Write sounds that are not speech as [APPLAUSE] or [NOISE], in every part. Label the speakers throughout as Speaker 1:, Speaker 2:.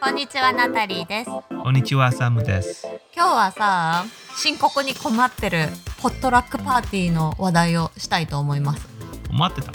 Speaker 1: こんにちはナタリーです
Speaker 2: こんにちは、サムです。
Speaker 1: 今日はさ深刻に困ってるポットラックパーティーの話題をしたいと思います
Speaker 2: 待ってた。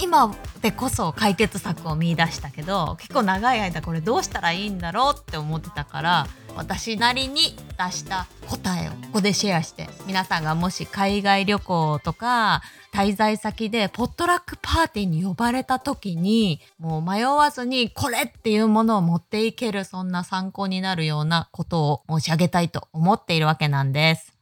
Speaker 1: 今でこそ解決策を見出したけど結構長い間これどうしたらいいんだろうって思ってたから私なりに出した答えをここでシェアして皆さんがもし海外旅行とか滞在先でポットラックパーティーに呼ばれた時にもう迷わずにこれっていうものを持っていけるそんな参考になるようなことを申し上げたいと思っているわけなんです。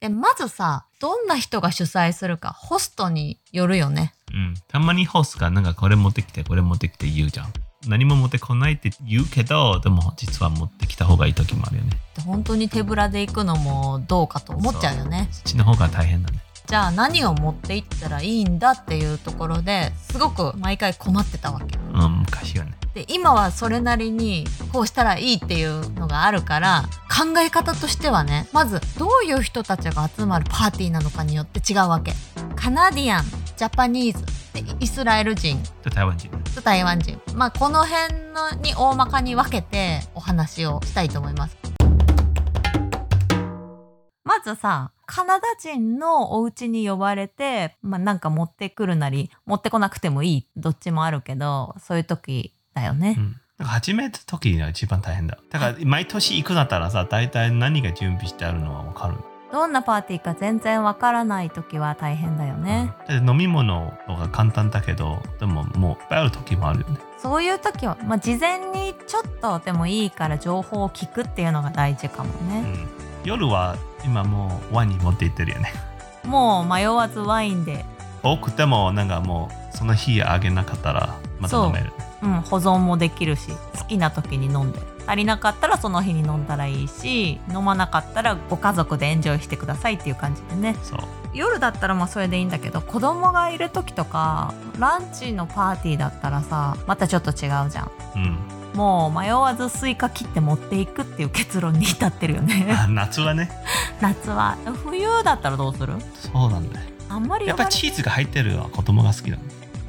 Speaker 1: でまずさどんな人が主催するかホストによるよね
Speaker 2: うん。たまにホスがなんかこれ持ってきて、これ持ってきて言うじゃん。何も持ってこないって言うけど、でも実は持ってきた方がいい時もあるよね。
Speaker 1: で本当に手ぶらで行くのもどうかと思っちゃうよね
Speaker 2: そっちの方が大変だね。
Speaker 1: じゃあ何を持って行ったらいいんだっていうところですごく毎回困ってたわけ
Speaker 2: うん、昔はね。
Speaker 1: で今はそれなりにこうしたらいいっていうのがあるから考え方としてはねまずどういう人たちが集まるパーティーなのかによって違うわけカナディアンジャパニーズでイスラエル人
Speaker 2: と台湾人ね。
Speaker 1: と台湾人、まあ、この辺のに大まかに分けてお話をしたいと思います。まずさカナダ人のお家に呼ばれて、まあ、なんか持ってくるなり持ってこなくてもいいどっちもあるけどそういう時だよね
Speaker 2: う。ん。なんか初めて時が一番大変だ。だから毎年行くだったらさ、大体何が準備してあるのはわかる。
Speaker 1: どんなパーティーか全然わからない時は大変だよね。
Speaker 2: うんで飲み物が簡単だけど、でももういっぱいある時もあるよね。
Speaker 1: そういう時は、まあ、事前にちょっとでもいいから情報を聞くっていうのが大事かもね。
Speaker 2: うん。夜は今もうワインに持って行ってるよね。
Speaker 1: もう迷わずワインで
Speaker 2: 多くてもなんかもうその日あげなかったらまた飲める
Speaker 1: うん、保存もできるし好きな時に飲んで足りなかったらその日に飲んだらいいし飲まなかったらご家族でエンジョイしてくださいっていう感じでね
Speaker 2: そう
Speaker 1: 夜だったらまあそれでいいんだけど子供がいる時とかランチのパーティーだったらさまたちょっと違うじゃん
Speaker 2: うん
Speaker 1: もう迷わずスイカ切って持っていくっていう結論に至ってるよね
Speaker 2: あ夏はね
Speaker 1: [LAUGHS] 夏は冬だったらどうする
Speaker 2: そうなんだよ
Speaker 1: あんまり
Speaker 2: や
Speaker 1: 呼ば
Speaker 2: っぱ
Speaker 1: れ
Speaker 2: りチーズが入ってるのは子供が好きだもん、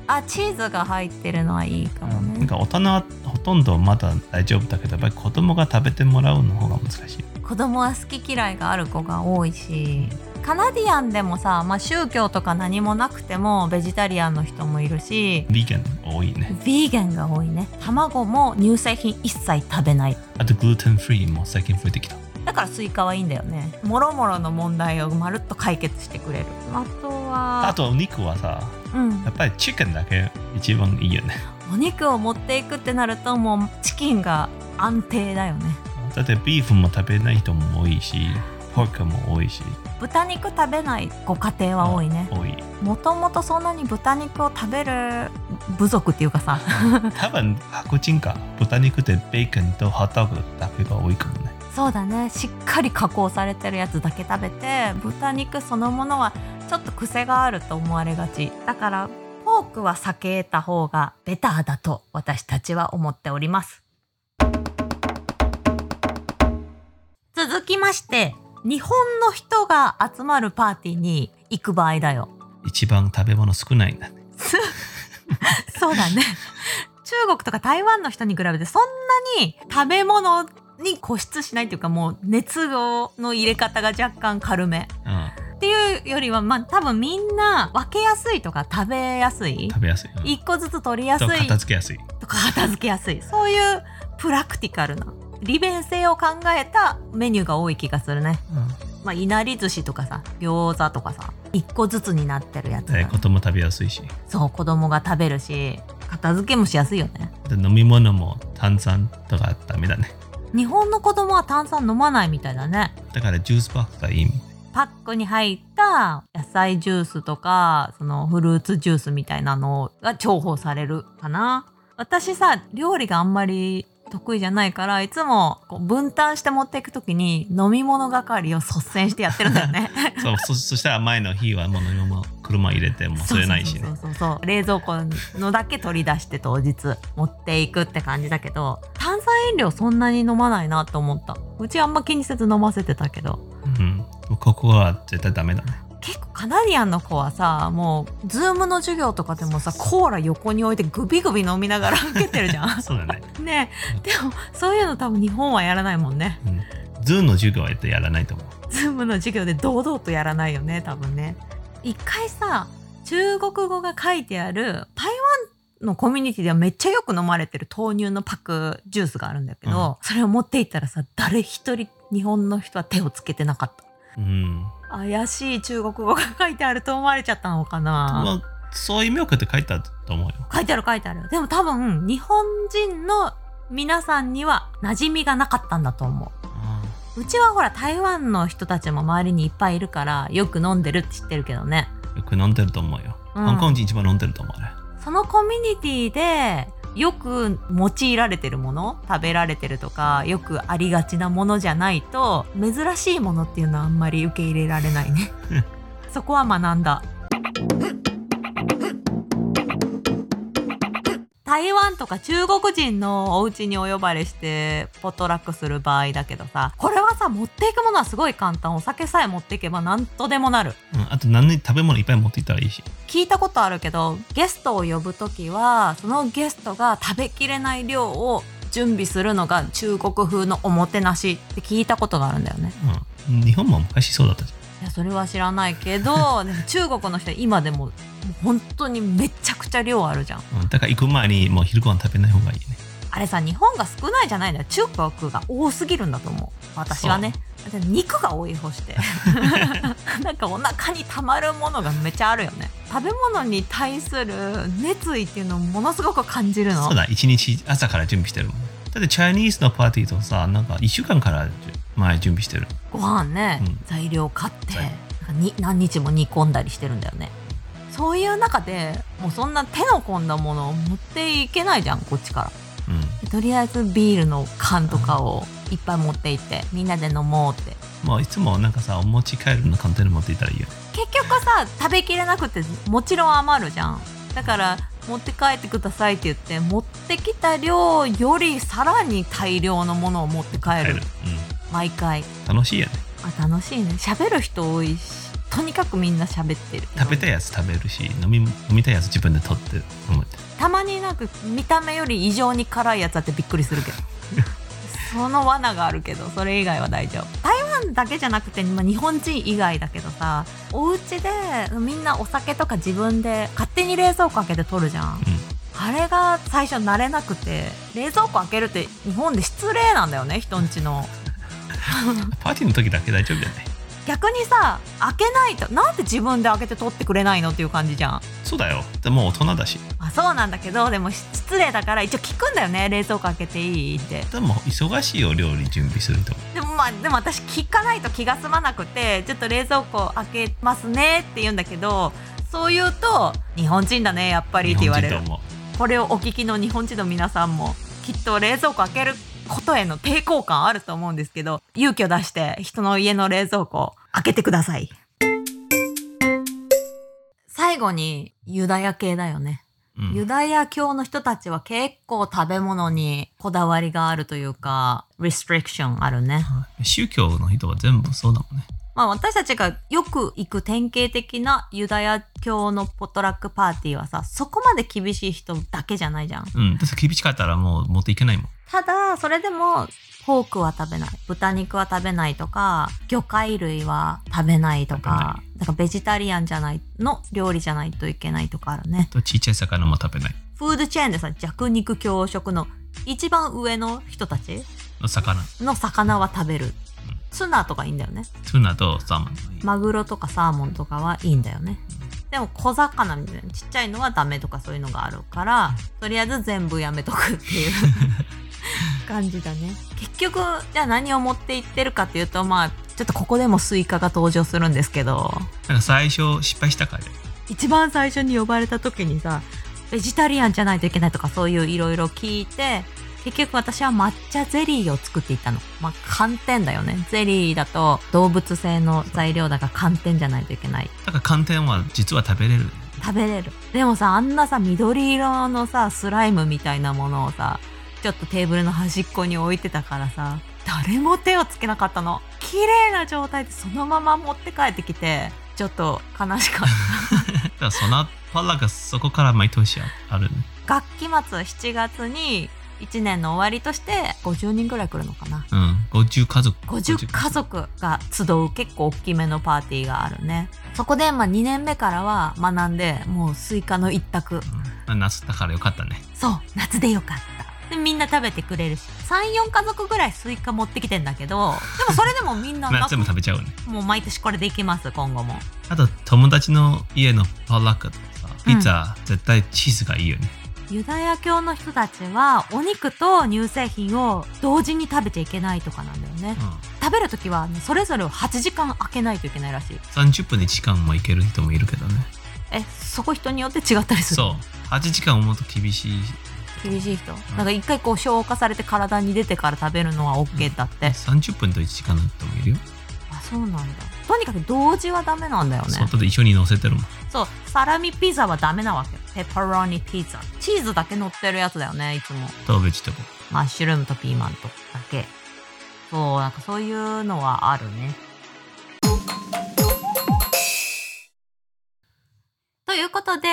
Speaker 1: あチーズが入ってるのはいいかも
Speaker 2: なん
Speaker 1: ね
Speaker 2: か大人はほとんどまだ大丈夫だけどやっぱり子供が食べてもらうの方が難しい
Speaker 1: 子供は好き嫌いがある子が多いしカナディアンでもさ、まあ、宗教とか何もなくてもベジタリアンの人もいるし
Speaker 2: ビーガン多いね
Speaker 1: ヴィーゲンが多いね卵も乳製品一切食べない
Speaker 2: あとグルテンフリーも最近増えてきた
Speaker 1: だからスイカはいいんだよねもろもろの問題をまるっと解決してくれるあとは
Speaker 2: あとお肉はさ
Speaker 1: うん
Speaker 2: やっぱりチキンだけ一番いいよね
Speaker 1: お肉を持っていくってなるともうチキンが安定だよね
Speaker 2: だってビーフも食べない人も多いしポークも多いし
Speaker 1: 豚肉食べないご家庭は多いね
Speaker 2: 多い
Speaker 1: もともとそんなに豚肉を食べる部族っていうかさ
Speaker 2: 多分白人か豚肉でベーコンとハットドッグだけが多いかもね
Speaker 1: そうだねしっかり加工されてるやつだけ食べて豚肉そのものはちょっと癖があると思われがちだからポークは避けた方がベターだと私たちは思っております続きまして日本の人が集まるパーティーに行く場合だよ
Speaker 2: 一番食べ物少ないんだね
Speaker 1: そうだね中国とか台湾の人に比べてそんなに食べ物に固執しないというかもう熱をの入れ方が若干軽め
Speaker 2: う
Speaker 1: っていうよりはまあ多分みんな分けやすいとか食べやすい
Speaker 2: ん食べやすい、うん
Speaker 1: 一個ずつ取りやすい
Speaker 2: と片付けやすい
Speaker 1: とか片付けやすいそういうプラクティカルな利便性を考えたメニューが多い気がするねまあいなり寿司とかさ餃子とかさ一個ずつになってるやつ
Speaker 2: で
Speaker 1: が
Speaker 2: 子供食べやすいし
Speaker 1: そう子供が食べるし片付けもしやすいよね
Speaker 2: で飲み物も炭酸とかダメだね
Speaker 1: 日本の子供は炭酸飲まないみたいだね
Speaker 2: だからジュースボックスがいい
Speaker 1: パックに入った野菜ジュースとかそのフルーツジュースみたいなのが重宝されるかな私さ料理があんまり得意じゃないからいつもこう分担して持っていくときに飲み物係を率先してやってるんだよ
Speaker 2: [LAUGHS]
Speaker 1: ね
Speaker 2: そうそそしたら前の日はもう何も車入れても吸えないしね
Speaker 1: そうそうそうそうそう冷蔵庫のだけ取り出して当日持っていくって感じだけど炭酸飲料そんなに飲まないなと思ったうちあんま気にせず飲ませてたけど
Speaker 2: うん、ここは絶対ダメだね
Speaker 1: 結構カナディアンの子はさもうズームの授業とかでもさコーラ横に置いてグビグビ飲みながら受けてるじゃ
Speaker 2: [LAUGHS] そうだね、
Speaker 1: んねえでもそういうの多分日本はやらないもんね
Speaker 2: うん、ズーの授業はやらないと思う
Speaker 1: ズームの授業で堂々とやらないよね多分ね一回さ中国語が書いてある台湾のコミュニティではめっちゃよく飲まれてる豆乳のパクジュースがあるんだけど、それを持っていったらさ誰一人日本の人は手をつけてなかった
Speaker 2: うん
Speaker 1: 怪しい中国語が書いてあると思われちゃったのかな
Speaker 2: まあそういう魅力って書いてあると思うよ
Speaker 1: 書いてある書いてあるでも多分日本人の皆さんには馴染みがなかったんだと思ううちはほら台湾の人たちも周りにいっぱいいるからよく飲んでるって知ってるけどね、
Speaker 2: よく飲んでると思うよ、
Speaker 1: うん
Speaker 2: 香港人一番飲んでると思うね
Speaker 1: そのコミュニティでよく用いられてるもの食べられてるとかよくありがちなものじゃないと珍しいものっていうのはあんまり受け入れられないねそこは学んだ台湾とか中国人のお家にお呼ばれしてポトラックする場合だけどさこれはさ持っていくものはすごい簡単お酒さえ持っていけば何とでもなる
Speaker 2: うん、あと何に食べ物いっぱい持っていったらいいし
Speaker 1: 聞いたことあるけどゲストを呼ぶ時はそのゲストが食べきれない量を準備するのが中国風のおもてなしって聞いたことがあるんだよね
Speaker 2: うん、日本も昔そうだったじ
Speaker 1: いやそれは知らないけどでも中国の人は今でももう本当にめちゃくちゃ量あるじゃん
Speaker 2: ゃん、うん、だから行く前にもう昼ご飯食べない方がいいね
Speaker 1: あれさ日本が少ないじゃないんだよ中国が多すぎるんだと思う私はねだって肉が多い方して [LAUGHS] なんかお腹にたまるものがめちゃあるよね食べ物に対する熱意っていうのをものすごく感じるの
Speaker 2: そうだ一日朝から準備してるもんだってチャイニーズのパーティーとさなんか1週間から前準備してる
Speaker 1: ご飯ね、
Speaker 2: うん
Speaker 1: 材料買って
Speaker 2: は
Speaker 1: な
Speaker 2: い
Speaker 1: んかに何日も煮込んだりしてるんだよねそういう中でもうそんな手の込んだものを持っていけないじゃんこっちから
Speaker 2: うん
Speaker 1: でとりあえずビールの缶とかをいっぱい持っていってみんなで飲もうって
Speaker 2: まあいつもなんかさお持ち帰るの簡単に持っていったらいいよ
Speaker 1: 結局さ食べきれなくてもちろん余るじゃんだから持って帰ってくださいって言って持ってきた量よりさらに大量のものを持って帰
Speaker 2: 帰
Speaker 1: る
Speaker 2: る、
Speaker 1: 毎回
Speaker 2: うん、楽しいよね
Speaker 1: あ楽しいね喋る人多いしとにかくみんな喋ってる
Speaker 2: 食べたいやつ食べるし飲み飲みたいやつ自分で取って飲むって
Speaker 1: たまになんか見た目より異常に辛いやつあってびっくりするけどその罠があるけどそれ以外は大丈夫台湾だけじゃなくて、まあ、日本人以外だけどさお家でみんなお酒とか自分で勝手に冷蔵庫開けて取るじゃんあれが最初慣れなくて冷蔵庫開けるって日本で失礼なんだよね人んちの
Speaker 2: うん、パーティーの時だけ大丈夫だよね
Speaker 1: 逆にさ開けないとなんで自分で開けて取ってくれないのっていう感じじゃん
Speaker 2: そうだよでもう大人だし
Speaker 1: まあ、そうなんだけどでも失礼だから一応聞くんだよね冷蔵庫開けていいって
Speaker 2: でも忙しいよ料理準備すると
Speaker 1: でもまあでも私聞かないと気が済まなくてちょっと冷蔵庫開けますねって言うんだけどそう言うと日本人だねやっぱりって言われ
Speaker 2: 日
Speaker 1: る
Speaker 2: 本人と思
Speaker 1: これをお聞きの日本人の皆さんもきっと冷蔵庫開けることへの抵抗感あると思うんですけど勇気を出して人の家の冷蔵庫を開けてください最後にユダヤ系だよね
Speaker 2: う、うん
Speaker 1: ユダヤ教の人たちは結構食べ物にこだわりがあるというか、リストリクションあるね。
Speaker 2: 宗教の人は全部そうだもんね
Speaker 1: まあ私たちがよく行く典型的なユダヤ教のポトラックパーティーはさ、そこまで厳しい人だけじゃないじゃん。
Speaker 2: うんだって厳しかったらもう持っていけないもん
Speaker 1: ただ、それでも、ポークは食べない。豚肉は食べないとか、魚介類は食べないとか、だからベジタリアンじゃない、の料理じゃないといけないとかあるね。
Speaker 2: とちっちゃい魚も食べない
Speaker 1: フードチェーンでさ、弱肉強食の一番上の人たち
Speaker 2: の魚
Speaker 1: の魚は食べる。ツナとかいいんだよね。
Speaker 2: ツナとサーモン
Speaker 1: マグロとかサーモンとかはいいんだよね。でも小魚みたいなちっちゃいのはダメとかそういうのがあるから、とりあえず全部やめとくっていう感じだね。結局、じゃあ何を持っていってるかっていうと、まあ、ちょっとここでもスイカが登場するんですけど、
Speaker 2: なんか最初失敗したからね
Speaker 1: 一番最初に呼ばれた時にさベジタリアンじゃないといけないとかそういういろいろ聞いて結結局私は抹茶ゼリーを作っていたの。まあ、寒天だよね。ゼリーだと動物性の材料だから寒天じゃないといけない。
Speaker 2: だから寒天は実は食べれる
Speaker 1: 食べれる。でもさ、あんなさ、緑色のさ、スライムみたいなものをさ、ちょっとテーブルの端っこに置いてたからさ、誰も手をつけなかったの。綺麗な状態でそのまま持って帰ってきて、ちょっと悲しかった。
Speaker 2: だからそのパラがそこから毎年あるね
Speaker 1: 学期末7月に1年の終わりとして50人ぐらい来るのかな
Speaker 2: うん50家族
Speaker 1: 50家族が集う結構大きめのパーティーがあるねそこでまあ2年目からは学んでもうスイカの一択
Speaker 2: うん、夏だからよかったね
Speaker 1: そう夏でよかったでみんな食べてくれるし34家族ぐらいスイカ持ってきてんだけどでもそれでもみんな
Speaker 2: [LAUGHS] 夏も食べちゃうね
Speaker 1: もう毎年これでいきます今後も
Speaker 2: あと友達の家のパラカとかさピザ、絶対チーズがいいよね
Speaker 1: ユダヤ教の人たちはお肉と乳製品を同時に食べちゃいけないとかなんだよね
Speaker 2: う
Speaker 1: 食べる時はねそれぞれを8時間空けないといけないらしい
Speaker 2: ん30分で時間もいける人もいるけどね
Speaker 1: えそこ人によって違ったりする
Speaker 2: そう8時間思うと厳しい
Speaker 1: 厳しい人なんか一回こう消化されて体に出てから食べるのは OK だって、
Speaker 2: 30分と1時間の人もいるよ、
Speaker 1: あそうなんだとにかく同時はダメなんだよね
Speaker 2: 外で一緒に乗せてるもん
Speaker 1: そうサラミピザはダメなわけよペパロニピザチーズだけ乗ってるやつだよねいつも
Speaker 2: とベジタブル
Speaker 1: マッシュルームとピーマンとだけそうなんかそういうのはあるねということで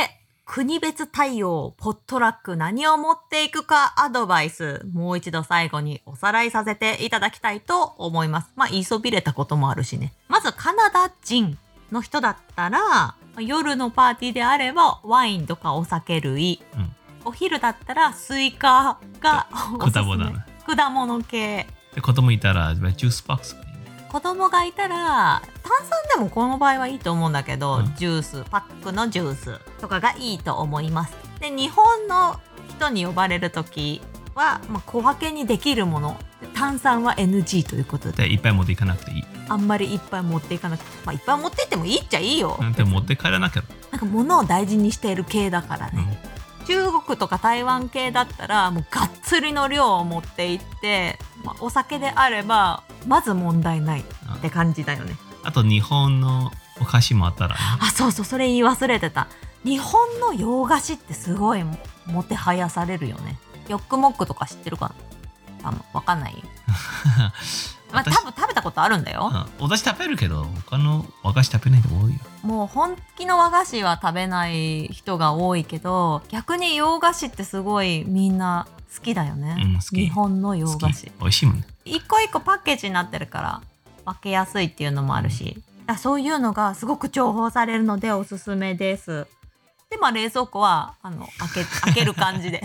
Speaker 1: 国別対応ポットラック何を持っていくかアドバイスもう一度最後におさらいさせていただきたいと思いますまあ言いそびれたこともあるしねまずカナダ人の人だったら夜のパーティーであればワインとかお酒類、
Speaker 2: うん
Speaker 1: お昼だったらスイカがおすす
Speaker 2: 果
Speaker 1: め
Speaker 2: 物ね
Speaker 1: 果物系
Speaker 2: で子供いたらジュースボックス
Speaker 1: 子供がいたら炭酸でもこの場合はいいと思うんだけど、
Speaker 2: うん
Speaker 1: ジュースパックのジュースとかがいいと思いますで日本の人に呼ばれる時は、まあ、小分けにできるもので炭酸は NG ということで
Speaker 2: でいっぱい持っていかなくていい
Speaker 1: あんまりいっぱい持っていかなくて、まあ、いっぱい持っていってもいいっちゃいいよ
Speaker 2: なんて持って帰らなきゃ、
Speaker 1: なんか物を大事にしている系だから
Speaker 2: うん
Speaker 1: ね、中国とか台湾系だったらもうがっつりの量を持っていって、まあ、お酒であればまず問題ないって感じだよね
Speaker 2: あと日本のお菓子もあったらね、
Speaker 1: あそうそうそれ言い忘れてた日本の洋菓子ってすごいももてはやされるよねヨックモックとか知ってるかなあのわかんないよ、まあ、多
Speaker 2: 私
Speaker 1: 分食べたことあるんだよ
Speaker 2: うんお出汁食べるけど他の和菓子食べない人多いよ
Speaker 1: もう本気の和菓子は食べない人が多いけど逆に洋菓子ってすごいみんな好きだよね、
Speaker 2: うん好き
Speaker 1: 日本の洋
Speaker 2: 好
Speaker 1: 菓子
Speaker 2: き美味しいもんね
Speaker 1: 一個一個パッケージになってるから分けやすいっていうのもあるしだからそういうのがすごく重宝されるのでおすすめですでまあ冷蔵庫はあの開け [LAUGHS] 開ける感じで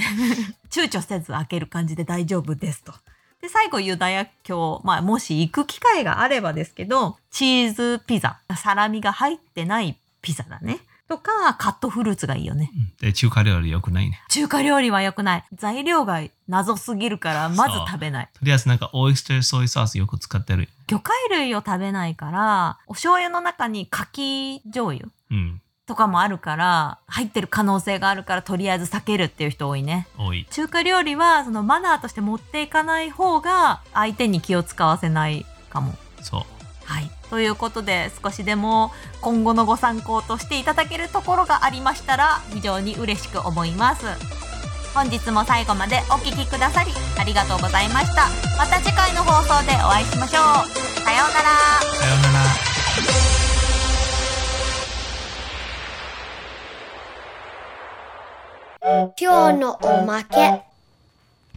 Speaker 1: 躊躇せず開ける感じで大丈夫ですとで最後ユダヤ教、まあ、もし行く機会があればですけどチーズピザサラミが入ってないピザだねとかカットフルーツがいいよね
Speaker 2: うんで中華料理よくないね
Speaker 1: 中華料理は良くない材料が謎すぎるからまず食べない
Speaker 2: とりあえずなんかオイスターソイソースよく使ってる
Speaker 1: 魚介類を食べないからお醤油の中に柿醤油
Speaker 2: うん
Speaker 1: とかもあるから入ってる可能性があるからとりあえず避けるっていう人多いね
Speaker 2: 多い
Speaker 1: 中華料理はそのマナーとして持っていかない方が相手に気を使わせないかも
Speaker 2: そう
Speaker 1: はいということで少しでも今後のご参考としていただけるところがありましたら非常に嬉しく思います本日も最後までお聞きくださりありがとうございましたまた次回の放送でお会いしましょうさようなら
Speaker 2: さようなら
Speaker 3: 今日のおまけ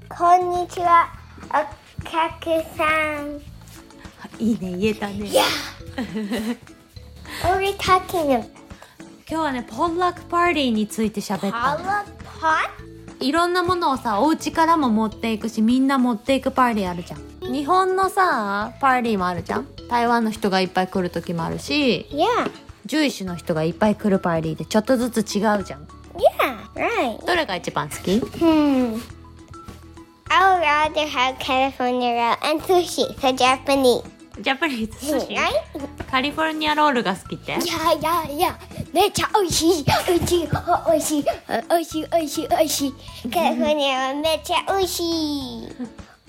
Speaker 3: こんにちはおかけさん
Speaker 1: いいね言えたね
Speaker 3: What are we talking about?
Speaker 1: 今日はねポッラックパーティーについて喋ったの
Speaker 3: pot?
Speaker 1: いろんなものをさお家からも持っていくしみんな持っていくパーティーあるじゃん日本のさパーティーもあるじゃん台湾の人がいっぱい来る時もあるし
Speaker 3: Yeah,
Speaker 1: ジュイシュの人がいっぱい来るパーティーでちょっとずつ違うじゃん
Speaker 3: yeah, right.
Speaker 1: どれが一番好 [LAUGHS] き
Speaker 3: Hmm. I would rather have California roll and sushi for Japanese.
Speaker 1: ジャパニーズ寿司
Speaker 3: Right?
Speaker 1: カカリフォルニアロールが好きって
Speaker 3: いやいやいや、めっちゃ美味しい、美味しい、美味しい、美味しい、美味しい、美味しい。カリフォルニアはめっちゃ美味 [LAUGHS] しい。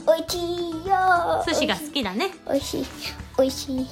Speaker 3: 美味しいよ。
Speaker 1: 寿司が好きだね
Speaker 3: 美味しい、美味しい。